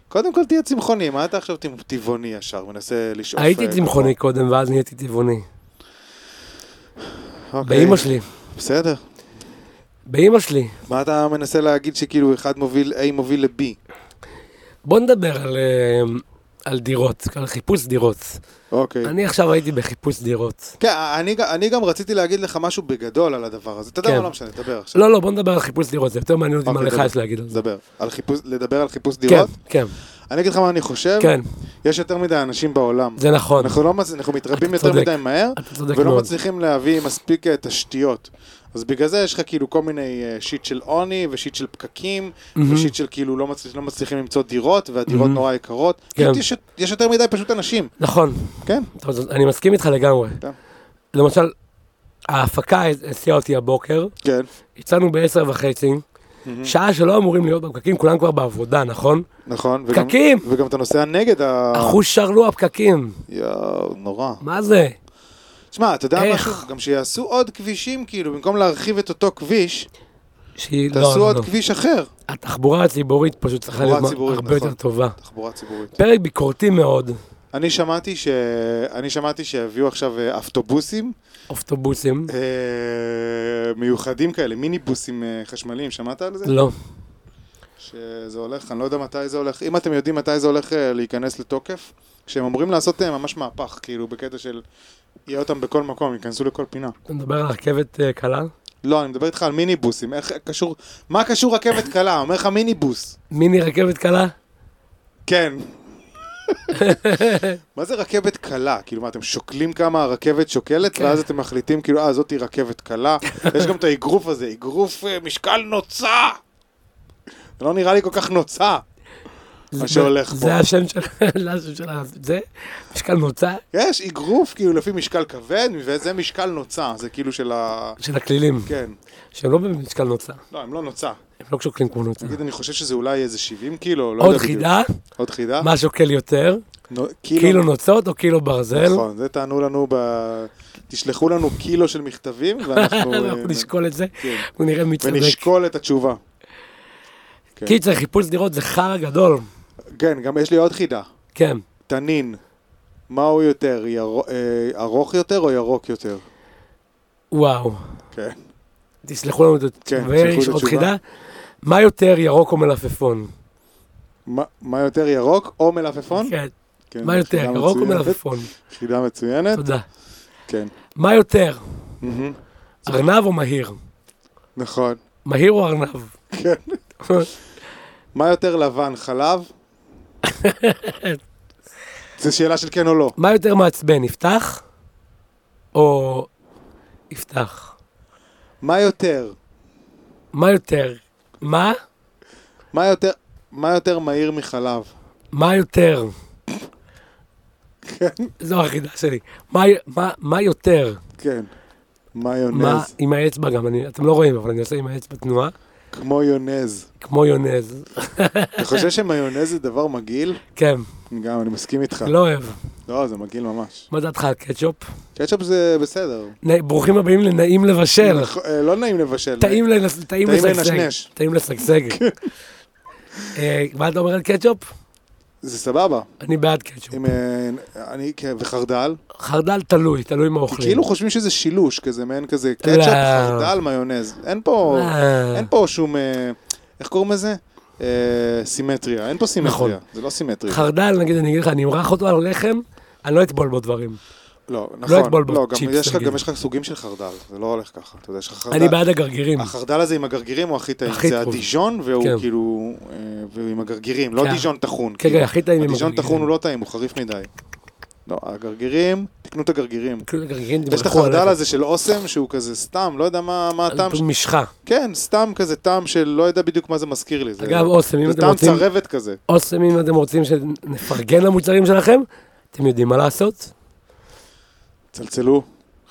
Speaker 1: קודם כל תהיה צמחוני, מה אתה עכשיו טימ- טבעוני ישר, מנסה לשאוף...
Speaker 2: הייתי
Speaker 1: אה,
Speaker 2: צמחוני קודם ואז נהייתי טבעוני.
Speaker 1: אוקיי,
Speaker 2: באימא שלי.
Speaker 1: בסדר.
Speaker 2: באימא שלי.
Speaker 1: מה אתה מנסה להגיד שכאילו אחד מוביל, A מוביל ל-B?
Speaker 2: בוא נדבר על, אה, על דירות, על חיפוש דירות.
Speaker 1: אוקיי.
Speaker 2: אני עכשיו הייתי בחיפוש דירות.
Speaker 1: כן, אני, ג- אני גם רציתי להגיד לך משהו בגדול על הדבר הזה. אתה יודע
Speaker 2: כן.
Speaker 1: מה, לא משנה, דבר עכשיו.
Speaker 2: לא, לא, בוא נדבר על חיפוש דירות, זה יותר מעניין אותי מה
Speaker 1: אוקיי,
Speaker 2: לך
Speaker 1: דבר.
Speaker 2: יש להגיד על זה.
Speaker 1: דבר. על חיפוש, לדבר על חיפוש
Speaker 2: כן,
Speaker 1: דירות?
Speaker 2: כן,
Speaker 1: אני אגיד לך מה אני חושב.
Speaker 2: כן,
Speaker 1: יש יותר מדי אנשים בעולם.
Speaker 2: זה נכון.
Speaker 1: אנחנו לא מצ... אנחנו מתרבים
Speaker 2: אתה
Speaker 1: יותר
Speaker 2: צודק.
Speaker 1: מדי מהר,
Speaker 2: אתה צודק
Speaker 1: ולא
Speaker 2: מאוד.
Speaker 1: מצליחים להביא מספיק אה, תשתיות. אז בגלל זה יש לך כאילו כל מיני אה, שיט של עוני, ושיט של פקקים, ושיט של כאילו לא, מצליח, לא מצליחים למצוא דירות, והדירות נורא יקרות.
Speaker 2: כן.
Speaker 1: פשוט יש, יש יותר מדי פשוט אנשים,
Speaker 2: נכון,
Speaker 1: כן?
Speaker 2: אתה- אני מסכים איתך לגמרי.
Speaker 1: כן.
Speaker 2: למשל, ההפקה הסיעה אותי הבוקר,
Speaker 1: כן.
Speaker 2: יצאנו בעשר וחצי, שעה שלא אמורים להיות בפקקים, כולם כבר בעבודה, נכון?
Speaker 1: נכון. וגם-
Speaker 2: פקקים!
Speaker 1: וגם אתה נוסע נגד ה...
Speaker 2: אחוז שרלו הפקקים,
Speaker 1: יואו, נורא.
Speaker 2: מה זה?
Speaker 1: שמע, אתה יודע
Speaker 2: איך?
Speaker 1: משהו? גם שיעשו עוד כבישים, כאילו, במקום להרחיב את אותו כביש,
Speaker 2: שהיא, לא,
Speaker 1: תעשו
Speaker 2: לא,
Speaker 1: עוד
Speaker 2: לא.
Speaker 1: כביש אחר.
Speaker 2: התחבורה הציבורית פשוט צריכה
Speaker 1: תחבורה
Speaker 2: להיות
Speaker 1: ציבורית,
Speaker 2: הרבה יותר
Speaker 1: נכון.
Speaker 2: טובה.
Speaker 1: תחבורה ציבורית.
Speaker 2: פרק ביקורתי מאוד,
Speaker 1: אני שמעתי ש... אני שמעתי שהביאו עכשיו אה, אוטובוסים
Speaker 2: אוטובוסים.
Speaker 1: אה, מיוחדים כאלה, מיניבוסים אה, חשמליים, שמעת על זה?
Speaker 2: לא,
Speaker 1: שזה הולך, אני לא יודע מתי זה הולך, אם אתם יודעים מתי זה הולך אה, להיכנס לתוקף, שהם אמורים לעשות אה, ממש מהפך, כאילו בקטע של יהיה אותם בכל מקום, ייכנסו לכל פינה.
Speaker 2: אתה מדבר על רכבת אה, קלה?
Speaker 1: לא, אני מדבר איתך על מיניבוסים, איך קשור, מה קשור רכבת קלה? אומר לך מיניבוס.
Speaker 2: מיני רכבת קלה?
Speaker 1: כן. מה זה רכבת קלה? כאילו מה, אתם שוקלים כמה הרכבת שוקלת,
Speaker 2: כן.
Speaker 1: ואז אתם מחליטים כאילו, אה, זאתי רכבת קלה. יש גם את האגרוף הזה, אגרוף אה, משקל נוצה! זה לא נראה לי כל כך נוצה. מה שהולך פה.
Speaker 2: זה השם של... זה השם של... ה- זה? משקל מוצא
Speaker 1: יש אגרוף כאילו לפי משקל כבד, וזה משקל נוצה, זה כאילו של ה...
Speaker 2: של הכלילים,
Speaker 1: כן.
Speaker 2: שהם לא במשקל נוצה.
Speaker 1: לא, הם לא נוצה.
Speaker 2: הם לא שוקלים כמו נוצה.
Speaker 1: נגיד, אני חושב שזה אולי איזה 70 קילו, לא יודע
Speaker 2: עוד
Speaker 1: בדיוק. אה? כאילו-
Speaker 2: חידה,
Speaker 1: עוד חידה?
Speaker 2: מה שוקל יותר?
Speaker 1: נו,
Speaker 2: קילו נוצות או קילו ברזל?
Speaker 1: נכון, זה טענו לנו ב... תשלחו לנו קילו של מכתבים, ואנחנו...
Speaker 2: אנחנו נשקול את זה,
Speaker 1: כן.
Speaker 2: ונראה מי צודק.
Speaker 1: ונשקול את התשובה. כן.
Speaker 2: קיצר, חיפוש דירות זה חרא גדול.
Speaker 1: כן, גם יש לי עוד חידה.
Speaker 2: כן.
Speaker 1: תנין, מה הוא יותר, יר... אה, ארוך יותר או ירוק יותר?
Speaker 2: וואו.
Speaker 1: כן.
Speaker 2: תסלחו לנו את
Speaker 1: כן,
Speaker 2: התשובה.
Speaker 1: תסלחו
Speaker 2: ויש
Speaker 1: את
Speaker 2: עוד
Speaker 1: התשובה.
Speaker 2: חידה. מה יותר ירוק או מלפפון?
Speaker 1: מה, מה יותר ירוק או מלפפון?
Speaker 2: כן.
Speaker 1: כן,
Speaker 2: מה יותר,
Speaker 1: חידה
Speaker 2: ירוק או
Speaker 1: מצוינת.
Speaker 2: מלפפון?
Speaker 1: חידה מצוינת,
Speaker 2: תודה.
Speaker 1: כן.
Speaker 2: מה יותר,
Speaker 1: מהמם.
Speaker 2: ארנב או מהיר?
Speaker 1: נכון,
Speaker 2: מהיר או ארנב?
Speaker 1: כן. מה יותר לבן, חלב? זו שאלה של כן או לא.
Speaker 2: מה יותר מעצבן, יפתח או יפתח?
Speaker 1: מה יותר?
Speaker 2: מה יותר, מה?
Speaker 1: מה יותר, מה יותר מהיר מחלב?
Speaker 2: מה יותר? זו החידה שלי. מה, מה, מה יותר?
Speaker 1: כן.
Speaker 2: מה,
Speaker 1: מיונז,
Speaker 2: עם האצבע גם, אני, אתם לא רואים, אבל אני עושה עם האצבע תנועה,
Speaker 1: כמו יונז.
Speaker 2: כמו יונז.
Speaker 1: אתה חושב שמיונז זה דבר מגעיל?
Speaker 2: כן,
Speaker 1: גם, אני מסכים איתך.
Speaker 2: לא אוהב.
Speaker 1: לא, זה מגעיל ממש.
Speaker 2: מה דעתך על קטשופ?
Speaker 1: קטשופ זה בסדר.
Speaker 2: נ- ברוכים הבאים לנעים לבשל.
Speaker 1: נכון, אה, לא נעים לבשל.
Speaker 2: כן, טעים לנס-
Speaker 1: טעים
Speaker 2: טעים לשגשג.
Speaker 1: לנשנש. כן.
Speaker 2: טעים לשגשג. אה, מה אתה אומר על קטשופ?
Speaker 1: זה סבבה.
Speaker 2: אני בעד קטשופ.
Speaker 1: עם, אה, אני, כן, וחרדל.
Speaker 2: חרדל תלוי, תלוי מה
Speaker 1: כי
Speaker 2: אוכלים. אה,
Speaker 1: כאילו חושבים שזה שילוש כזה, מעין כזה
Speaker 2: לא.
Speaker 1: קטשופ, חרדל, מיונז. אין פה,
Speaker 2: אה.
Speaker 1: אין פה שום, אה, איך קוראים לזה? אה, סימטריה. אין פה סימטריה.
Speaker 2: נכון.
Speaker 1: זה לא סימטריה.
Speaker 2: חרדל, נגיד, אני אגיד לך, אני אמרח אותו על לחם, אני לא אטבול בו דברים.
Speaker 1: לא,
Speaker 2: אתבול
Speaker 1: נכון.
Speaker 2: בו
Speaker 1: לא, גם
Speaker 2: צ'יפס,
Speaker 1: יש לך-
Speaker 2: נגיד.
Speaker 1: גם יש לך סוגים של חרדל. זה לא הולך ככה. אתה יודע, יש לך חרדל.
Speaker 2: אני בעד הגרגירים.
Speaker 1: החרדל הזה עם הגרגירים הוא הכי טעים,
Speaker 2: הכי
Speaker 1: זה
Speaker 2: טוב.
Speaker 1: הדיג'ון והוא
Speaker 2: כן.
Speaker 1: כאילו, אה, והוא עם הגרגירים,
Speaker 2: כן.
Speaker 1: לא דיג'ון טחון.
Speaker 2: כן,
Speaker 1: כאילו.
Speaker 2: כן, הכי טעים עם
Speaker 1: הדיג'ון
Speaker 2: הגרגירים.
Speaker 1: טחון הוא לא טעים, הוא חריף מדי. לא, הגרגירים, תקנו את הגרגירים.
Speaker 2: כאילו, הגרגירים
Speaker 1: יש את
Speaker 2: תברחו
Speaker 1: החרדל
Speaker 2: עליך.
Speaker 1: הזה של אוסם שהוא כזה סתם, לא יודע מה מה
Speaker 2: זה
Speaker 1: הטעם,
Speaker 2: פשוט
Speaker 1: ש-
Speaker 2: משחה.
Speaker 1: כן, סתם כזה טעם של לא יודע בדיוק מה זה מזכיר לי. זה-
Speaker 2: אגב, אוסם, אם
Speaker 1: זה
Speaker 2: אתם
Speaker 1: טעם
Speaker 2: רוצים...
Speaker 1: צרבת כזה.
Speaker 2: אוסם, אם אתם רוצים שנפרגן למוצרים שלכם, אתם יודעים מה לעשות.
Speaker 1: צלצלו,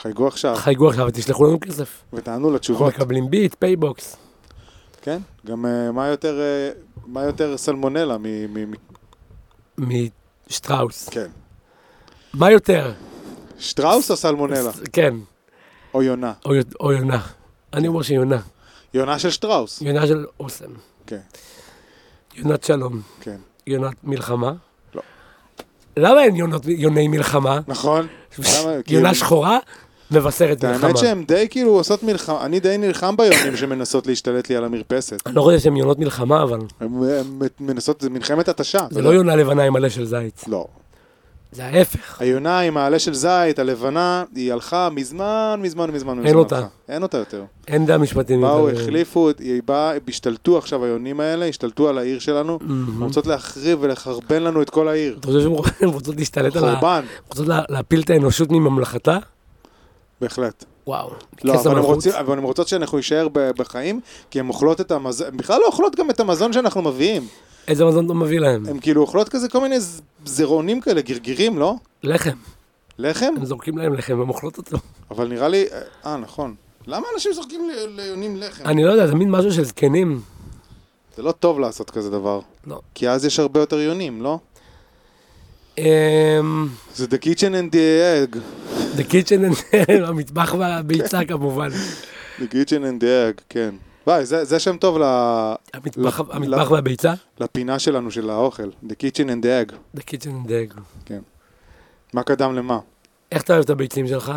Speaker 1: חייגו עכשיו,
Speaker 2: חייגו עכשיו ותשלחו לנו כסף.
Speaker 1: ותענו
Speaker 2: אנחנו
Speaker 1: לתשובות,
Speaker 2: מקבלים ביט, פייבוקס.
Speaker 1: כן? גם אה, מה יותר, אה, מה יותר סלמונלה מ... מ- מ-
Speaker 2: משטראוס.
Speaker 1: כן.
Speaker 2: מה יותר?
Speaker 1: שטראוס או סלמונלה?
Speaker 2: כן,
Speaker 1: או יונה?
Speaker 2: או י- או יונה. אני אומר שיונה.
Speaker 1: יונה של שטראוס.
Speaker 2: יונה של אוסם.
Speaker 1: כן,
Speaker 2: יונת שלום.
Speaker 1: כן.
Speaker 2: יונת מלחמה.
Speaker 1: לא.
Speaker 2: למה אין יונות- יוני מלחמה?
Speaker 1: נכון? למה? כאילו-
Speaker 2: יונה שחורה מבשרת מלחמה.
Speaker 1: האמת שהם די כאילו עושות מלחמה, אני די נלחם ביונים שמנסות להשתלט לי על המרפסת.
Speaker 2: אני לא חושב שהן יונות מלחמה, אבל
Speaker 1: הם הם מנסות, זה מלחמת התשה. אתה
Speaker 2: זה
Speaker 1: יודע.
Speaker 2: לא יונה לבנה עם מלא של זית.
Speaker 1: לא.
Speaker 2: זה ההפך.
Speaker 1: היונה עם העלה של זית, הלבנה, היא הלכה מזמן, מזמן, מזמן. מזמן
Speaker 2: אותה.
Speaker 1: הלכה. אין אותה יותר.
Speaker 2: אין דעה משפטית.
Speaker 1: באו, החליפו, היא באה, הם השתלטו עכשיו, היונים האלה, השתלטו על העיר שלנו, הם רוצות להחריב ולחרבן לנו את כל העיר.
Speaker 2: אתה חושב שהן רוצות להשתלט על ה...
Speaker 1: חורבן,
Speaker 2: רוצות לה- להפיל את האנושות מממלכתה?
Speaker 1: בהחלט.
Speaker 2: וואו.
Speaker 1: לא,
Speaker 2: כס
Speaker 1: אבל הן
Speaker 2: המלכות.
Speaker 1: רוצים- אבל הן רוצות שאנחנו נישאר ב- בחיים, כי הן אוכלות את המזון, הן בכלל לא אוכלות גם את המזון שאנחנו מביאים.
Speaker 2: איזה מזון אתה מביא להם?
Speaker 1: הם כאילו אוכלות כזה כל מיני ז- זרעונים כאלה, גרגירים, לא?
Speaker 2: לחם.
Speaker 1: לחם?
Speaker 2: הם זורקים להם לחם, הם אוכלות אותו.
Speaker 1: אבל נראה לי... אה, נכון. למה אנשים זורקים ל- ליונים לחם?
Speaker 2: אני לא יודע, זה מין משהו של זקנים.
Speaker 1: זה לא טוב לעשות כזה דבר.
Speaker 2: לא.
Speaker 1: כי אז יש הרבה יותר יונים, לא?
Speaker 2: אמ,
Speaker 1: זה the kitchen and the egg.
Speaker 2: The kitchen and... המטבח והביצה כמובן.
Speaker 1: the kitchen and the egg, כן. וואי, זה, זה שם טוב ל...
Speaker 2: המטבח
Speaker 1: לא.
Speaker 2: המטבח והביצה?
Speaker 1: לפינה שלנו של האוכל. the kitchen and the egg.
Speaker 2: The kitchen and the egg.
Speaker 1: מה קדם למה?
Speaker 2: איך אתה אוהב את הביצים שלך?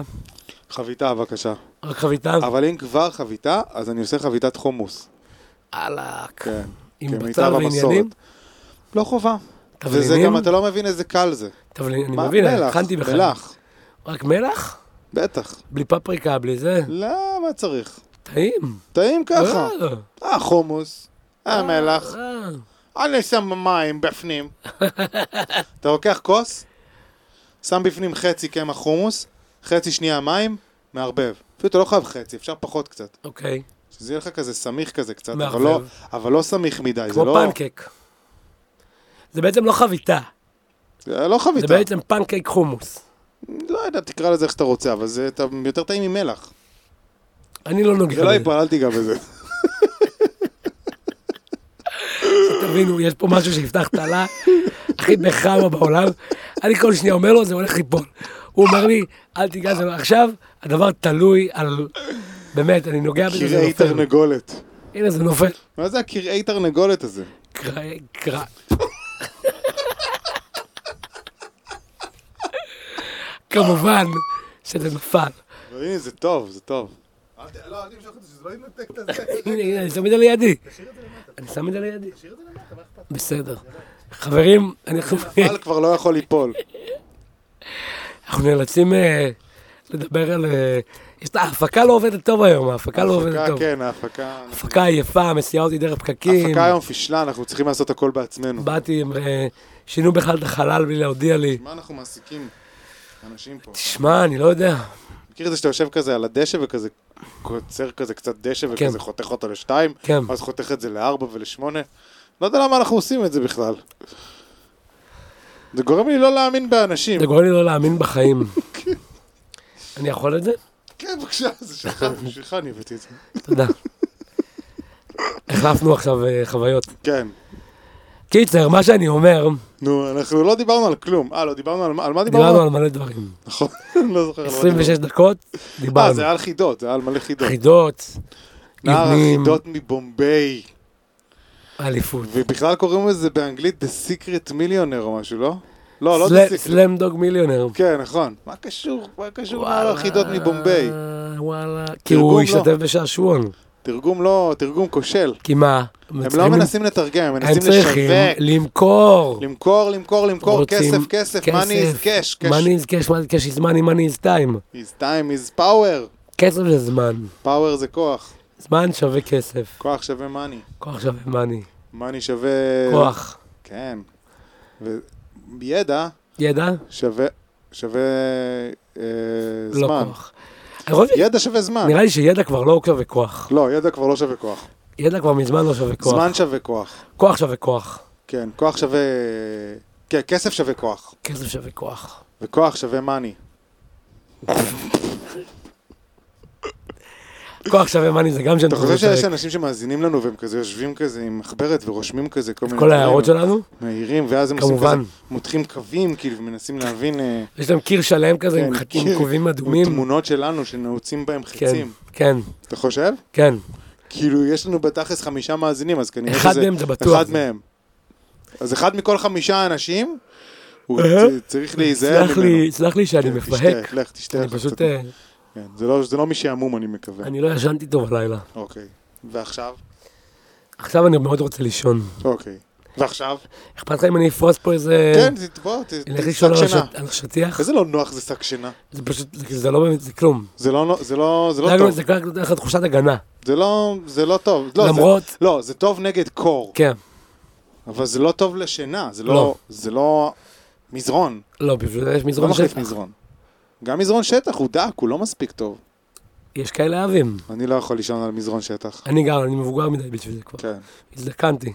Speaker 1: חביתה, בבקשה.
Speaker 2: רק חביתה?
Speaker 1: אבל אם כבר חביתה, אז אני עושה חביתת חומוס.
Speaker 2: אהלק.
Speaker 1: כן.
Speaker 2: עם
Speaker 1: כמיטב
Speaker 2: בצל ועניינים?
Speaker 1: המסורת. לא חובה. וזה
Speaker 2: תבלינים?
Speaker 1: גם, אתה לא מבין איזה קל זה.
Speaker 2: תבלינים, אני
Speaker 1: מה-
Speaker 2: מבין, אני
Speaker 1: מלח,
Speaker 2: הכנתי בכלל.
Speaker 1: מלח,
Speaker 2: רק מלח?
Speaker 1: בטח.
Speaker 2: בלי פפריקה, בלי זה?
Speaker 1: למה צריך?
Speaker 2: טעים.
Speaker 1: טעים ככה.
Speaker 2: אה,
Speaker 1: החומוס, המלח,
Speaker 2: אה,
Speaker 1: אני שם מים בפנים. אתה לוקח כוס, שם בפנים חצי קמח חומוס, חצי שנייה מים, מערבב. אפילו אתה לא חייב חצי, אפשר פחות קצת.
Speaker 2: אוקיי.
Speaker 1: שזה יהיה לך כזה סמיך כזה קצת, אבל
Speaker 2: מערבב.
Speaker 1: לא, אבל לא סמיך מדי, זה
Speaker 2: כמו
Speaker 1: לא...
Speaker 2: פנקק. זה בעצם לא חביתה,
Speaker 1: זה לא
Speaker 2: זה
Speaker 1: חביתה.
Speaker 2: בעצם פנקק חומוס.
Speaker 1: לא יודע, תקרא לזה איך שאתה רוצה, אבל זה אתה- יותר טעים ממלח.
Speaker 2: אני לא נוגע
Speaker 1: זה לא
Speaker 2: בזה,
Speaker 1: ייפול, אל תיגע בזה.
Speaker 2: תבינו, יש פה משהו שיפתח תלה, הכי נחמה בעולם. אני כל שנייה אומר לו, זה הולך ליפול. הוא אומר לי, אל תיגע זה. עכשיו, הדבר תלוי על... באמת, אני נוגע בזה, זה
Speaker 1: קרעי
Speaker 2: נופל.
Speaker 1: תרנגולת.
Speaker 2: הנה, זה נופל.
Speaker 1: מה זה הקרעי תרנגולת הזה?
Speaker 2: קרא, קרא. כמובן שזה נפל.
Speaker 1: אבל הנה, זה טוב, זה טוב.
Speaker 3: אל ת- לא, אל תמשוך את זה, שזה לא יתנתק את הזה.
Speaker 2: הנה, הנה, אני שם את זה לידי.
Speaker 3: תשאיר את זה למטה,
Speaker 2: אני שם את זה לידי.
Speaker 3: תשאיר את זה למטה, מה אכפת?
Speaker 2: בסדר. חברים, אנחנו
Speaker 1: נפל כבר לא יכול ליפול.
Speaker 2: אנחנו נאלצים אה, לדבר על... אה, יש את ההפקה לא עובדת טוב היום, ההפקה לא עובדת
Speaker 1: ההפקה,
Speaker 2: טוב.
Speaker 1: כן, ההפקה...
Speaker 2: הפקה עייפה, מסיעה אותי דרך פקקים.
Speaker 1: ההפקה היום פישלה, אנחנו צריכים לעשות הכל בעצמנו.
Speaker 2: באתי עם... אה, שינו בכלל את החלל בלי להודיע לי.
Speaker 1: מה אנחנו מעסיקים אנשים פה?
Speaker 2: תשמע, אני לא יודע.
Speaker 1: מכיר את זה שאתה יושב כזה על הדשא וכזה קוצר כזה קצת דשא וכזה
Speaker 2: כן.
Speaker 1: חותך אותו לשתיים,
Speaker 2: כן.
Speaker 1: אז חותך את זה לארבע ולשמונה? לא יודע למה אנחנו עושים את זה בכלל. זה גורם לי לא להאמין באנשים.
Speaker 2: זה גורם לי לא להאמין בחיים. אני יכול את זה?
Speaker 1: כן, בבקשה, זה שלך, בשבילך אני הבאתי את זה.
Speaker 2: תודה. החלפנו עכשיו אה, חוויות.
Speaker 1: כן.
Speaker 2: קיצר, מה שאני אומר,
Speaker 1: נו, אנחנו לא דיברנו על כלום. אה, לא דיברנו על מה- על מה
Speaker 2: דיברנו
Speaker 1: דיברנו?
Speaker 2: על מלא דברים.
Speaker 1: נכון, לא זוכר. על מה דיברנו.
Speaker 2: 26 דקות,
Speaker 1: אה,
Speaker 2: דיברנו.
Speaker 1: זה היה על חידות, זה היה על מלא חידות.
Speaker 2: חידות,
Speaker 1: נער
Speaker 2: איונים.
Speaker 1: החידות מבומביי.
Speaker 2: אליפות.
Speaker 1: ובכלל קוראים לזה באנגלית The Secret Millionaire או משהו, לא? לא, לא The Secret.
Speaker 2: סלאם דוג מיליונר.
Speaker 1: כן, נכון. מה קשור? מה קשור נער החידות אה, לא, מבומביי?
Speaker 2: אה, וואלה. כי הוא
Speaker 1: לא.
Speaker 2: השתתף בשעשועון.
Speaker 1: תרגום לא, תרגום כושל.
Speaker 2: כי מה?
Speaker 1: הם לא מנסים לתרגם, הם
Speaker 2: הם
Speaker 1: מנסים
Speaker 2: צריכים
Speaker 1: לשווק.
Speaker 2: למכור.
Speaker 1: למכור, למכור, למכור,
Speaker 2: רוצים
Speaker 1: כסף, כסף, money is cash, cash
Speaker 2: money is cash, money is cash is money, money is time.
Speaker 1: is time is power.
Speaker 2: כסף זה זמן.
Speaker 1: power זה כוח,
Speaker 2: זמן שווה כסף.
Speaker 1: כוח שווה money,
Speaker 2: כוח שווה money.
Speaker 1: money שווה...
Speaker 2: כוח.
Speaker 1: כן. וידע
Speaker 2: ידע?
Speaker 1: שווה, שווה אה,
Speaker 2: לא
Speaker 1: זמן.
Speaker 2: כוח. אני חושב,
Speaker 1: ידע שווה זמן.
Speaker 2: נראה לי שידע כבר לא שווה כוח.
Speaker 1: לא, ידע כבר לא שווה כוח.
Speaker 2: ידע כבר מזמן לא שווה כוח.
Speaker 1: זמן שווה כוח.
Speaker 2: כוח שווה כוח.
Speaker 1: כן, כוח שווה... כן, כסף שווה כוח.
Speaker 2: כסף שווה כוח.
Speaker 1: וכוח שווה מאני.
Speaker 2: כוח שווה money נכון, זה גם שם.
Speaker 1: אתה חושב שיש אנשים שמאזינים לנו והם כזה יושבים כזה עם מחברת ורושמים כזה כל מיני
Speaker 2: כל ההערות שלנו?
Speaker 1: מהירים, ואז הם עושים
Speaker 2: כמובן.
Speaker 1: כזה, מותחים קווים, כאילו, ומנסים להבין... אה,
Speaker 2: יש להם קיר שלם כזה עם
Speaker 1: כן,
Speaker 2: חטים
Speaker 1: קיר.
Speaker 2: קרובים אדומים.
Speaker 1: תמונות שלנו שנעוצים בהם
Speaker 2: כן,
Speaker 1: חצים.
Speaker 2: כן,
Speaker 1: אתה חושב?
Speaker 2: כן.
Speaker 1: כאילו, יש לנו בתכלס חמישה מאזינים, אז כנראה שזה...
Speaker 2: אחד מהם זה בטוח.
Speaker 1: אחד מהם. אז אחד מכל חמישה אנשים, הוא
Speaker 2: אה?
Speaker 1: צ- צריך להיזהר
Speaker 2: סלח לי,
Speaker 1: ממנו.
Speaker 2: סלח לי שאני
Speaker 1: כן,
Speaker 2: מפהק.
Speaker 1: תשתה, לך, תשתה.
Speaker 2: אני
Speaker 1: לך
Speaker 2: פשוט,
Speaker 1: קצת.
Speaker 2: אה,
Speaker 1: כן, זה לא- זה לא משעמום, אני מקווה.
Speaker 2: אני לא ישנתי טוב הלילה.
Speaker 1: אוקיי. ועכשיו?
Speaker 2: עכשיו אני מאוד רוצה לישון.
Speaker 1: אוקיי. ועכשיו?
Speaker 2: אכפת לך אם אני אפרוס פה איזה...
Speaker 1: כן, ת- בוא, ת-
Speaker 2: אלך
Speaker 1: ת-
Speaker 2: לישון
Speaker 1: שק
Speaker 2: על
Speaker 1: שינה.
Speaker 2: השט- על השטיח?
Speaker 1: איזה לא נוח זה שק שינה.
Speaker 2: זה פשוט, זה- זה לא באמת, זה כלום.
Speaker 1: זה לא נו- זה לא זה לא
Speaker 2: רק-
Speaker 1: טוב.
Speaker 2: זה רק נותן לך תחושת הגנה.
Speaker 1: זה לא זה לא טוב. לא, זה-
Speaker 2: למרות,
Speaker 1: לא, זה טוב נגד קור,
Speaker 2: כן,
Speaker 1: אבל זה לא טוב לשינה. זה
Speaker 2: לא.
Speaker 1: לא... זה לא... מזרון.
Speaker 2: לא, בשביל זה יש
Speaker 1: לא
Speaker 2: מזרון
Speaker 1: מחליף
Speaker 2: שטח.
Speaker 1: מזרון. גם מזרון שטח הוא דק, הוא לא מספיק טוב.
Speaker 2: יש כאלה אהבים.
Speaker 1: אני לא יכול לישון על מזרון שטח.
Speaker 2: אני גם, אני מבוגר מדי בשביל זה כבר.
Speaker 1: כן.
Speaker 2: הזדקנתי.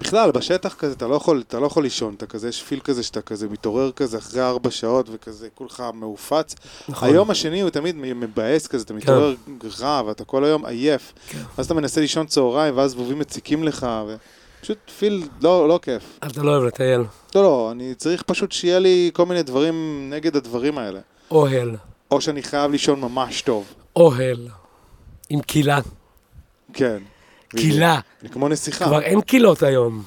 Speaker 1: בכלל, בשטח כזה, אתה לא יכול, אתה לא יכול לישון, אתה כזה, יש פיל כזה שאתה כזה מתעורר כזה אחרי ארבע שעות וכזה, כולך מעופץ.
Speaker 2: נכון.
Speaker 1: היום השני הוא תמיד מבאס כזה, אתה מתעורר רע ואתה כל היום עייף.
Speaker 2: כן.
Speaker 1: אז אתה מנסה לישון צהריים ואז זבובים מציקים לך, ופשוט פיל לא, לא כיף.
Speaker 2: אתה לא אוהב לטייל.
Speaker 1: לא, לא, אני צריך פשוט שיהיה לי כל מיני דברים נגד הדברים האלה.
Speaker 2: אוהל.
Speaker 1: או שאני חייב לישון ממש טוב.
Speaker 2: אוהל. עם קילה.
Speaker 1: כן.
Speaker 2: קילה.
Speaker 1: אני כמו נסיכה.
Speaker 2: כבר אין קילות היום.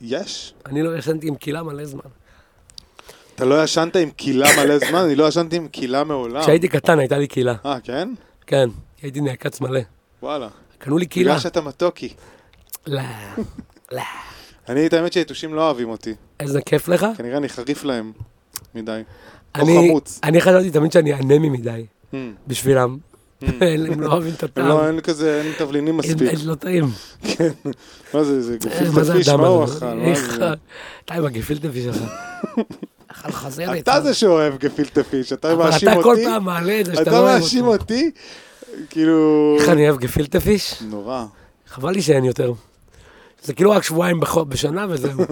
Speaker 1: יש.
Speaker 2: אני לא ישנתי עם קילה מלא זמן.
Speaker 1: אתה לא ישנת עם קילה מלא זמן? אני לא ישנתי עם קילה מעולם.
Speaker 2: כשהייתי קטן הייתה לי קילה.
Speaker 1: אה, כן?
Speaker 2: כן. הייתי נעקץ מלא.
Speaker 1: וואלה.
Speaker 2: קנו לי קילה.
Speaker 1: בגלל שאתה מתוקי.
Speaker 2: לא. לא.
Speaker 1: אני, את האמת שהיתושים לא אוהבים אותי.
Speaker 2: איזה כיף לך.
Speaker 1: כנראה אני חריף להם מדי. או
Speaker 2: אני-
Speaker 1: כן, חמוץ.
Speaker 2: אני חשבתי תמיד שאני אנמי מדי
Speaker 1: Hmm.
Speaker 2: בשבילם. הם לא אוהבים את הטעם.
Speaker 1: לא, אין כזה, אין תבלינים
Speaker 2: אין-
Speaker 1: מספיק.
Speaker 2: אין- לא טעים.
Speaker 1: כן. מה זה, זה גפיל
Speaker 2: מה זה
Speaker 1: תפיש,
Speaker 2: הדם
Speaker 1: מה הוא
Speaker 2: הזה? אה,
Speaker 1: אכל? מה
Speaker 2: איך-
Speaker 1: זה?
Speaker 2: די עם הגפילטע פיש שלך. אכל חזרת.
Speaker 1: אתה זה שאוהב גפיל תפיש, אתה
Speaker 2: אה. אבל
Speaker 1: מאשים
Speaker 2: אתה כל
Speaker 1: אותי?
Speaker 2: פעם מעלה את זה שאתה
Speaker 1: אתה
Speaker 2: לא אוהב
Speaker 1: מאשים
Speaker 2: אותו.
Speaker 1: אותי? כאילו...
Speaker 2: איך אני אוהב גפילטע פיש?
Speaker 1: נורא.
Speaker 2: חבל לי שאין יותר. זה כאילו רק שבועיים בחו- בשנה וזהו.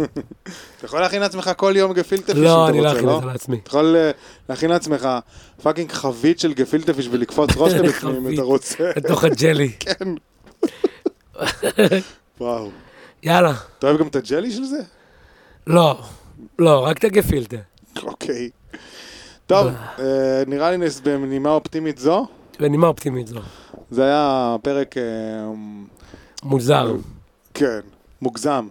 Speaker 1: אתה יכול להכין לעצמך כל יום גפילטפיש אם אתה
Speaker 2: לא,
Speaker 1: רוצה,
Speaker 2: אני
Speaker 1: לא?
Speaker 2: לא אכין את זה לעצמי.
Speaker 1: אתה יכול אה, להכין לעצמך פאקינג חבית של גפילטפיש ולקפוץ ראש לבפנים אם
Speaker 2: חבית.
Speaker 1: אתה רוצה.
Speaker 2: לתוך הג'לי.
Speaker 1: כן. וואו.
Speaker 2: יאללה.
Speaker 1: אתה אוהב גם את הג'לי של זה?
Speaker 2: לא. לא, רק את הגפילטע.
Speaker 1: אוקיי. טוב, אה, נראה לי נס- בנימה אופטימית זו,
Speaker 2: בנימה אופטימית זו.
Speaker 1: זה היה פרק, אה,
Speaker 2: מוזר.
Speaker 1: כן, מוגזם.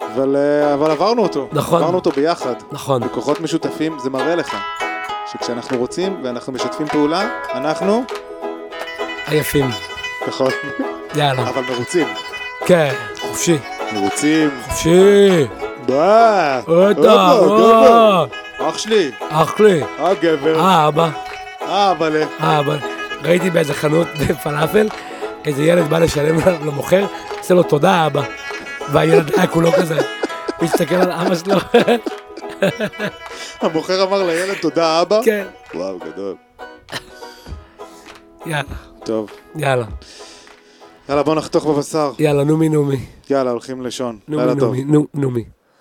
Speaker 1: אבל אה, אבל עברנו אותו.
Speaker 2: נכון.
Speaker 1: עברנו אותו ביחד.
Speaker 2: נכון.
Speaker 1: בכוחות משותפים, זה מראה לך שכשאנחנו רוצים ואנחנו משתפים פעולה, אנחנו,
Speaker 2: עייפים.
Speaker 1: נכון,
Speaker 2: יאללה.
Speaker 1: אבל מרוצים.
Speaker 2: כן. חופשי.
Speaker 1: מרוצים.
Speaker 2: חופשי. אה,
Speaker 1: ביי.
Speaker 2: הופה,
Speaker 1: גבר.
Speaker 2: הופה.
Speaker 1: אח שלי.
Speaker 2: אח לי.
Speaker 1: אה, גבר.
Speaker 2: אה, אבא.
Speaker 1: אה, אבל...
Speaker 2: אה, אבל ראיתי באיזה חנות פלאפל, איזה ילד בא לשלם ל- למוכר, עושה לו תודה אבא. והילד היה כולו כזה, מסתכל על אבא שלו,
Speaker 1: המוכר אמר לילד תודה אבא.
Speaker 2: כן.
Speaker 1: וואו, גדול.
Speaker 2: יאללה,
Speaker 1: טוב.
Speaker 2: יאללה,
Speaker 1: יאללה, בוא נחתוך בבשר.
Speaker 2: יאללה, נומי נומי.
Speaker 1: יאללה, הולכים לישון.
Speaker 2: נומי
Speaker 1: לילה טוב.
Speaker 2: נומי, כן. נו- נומי.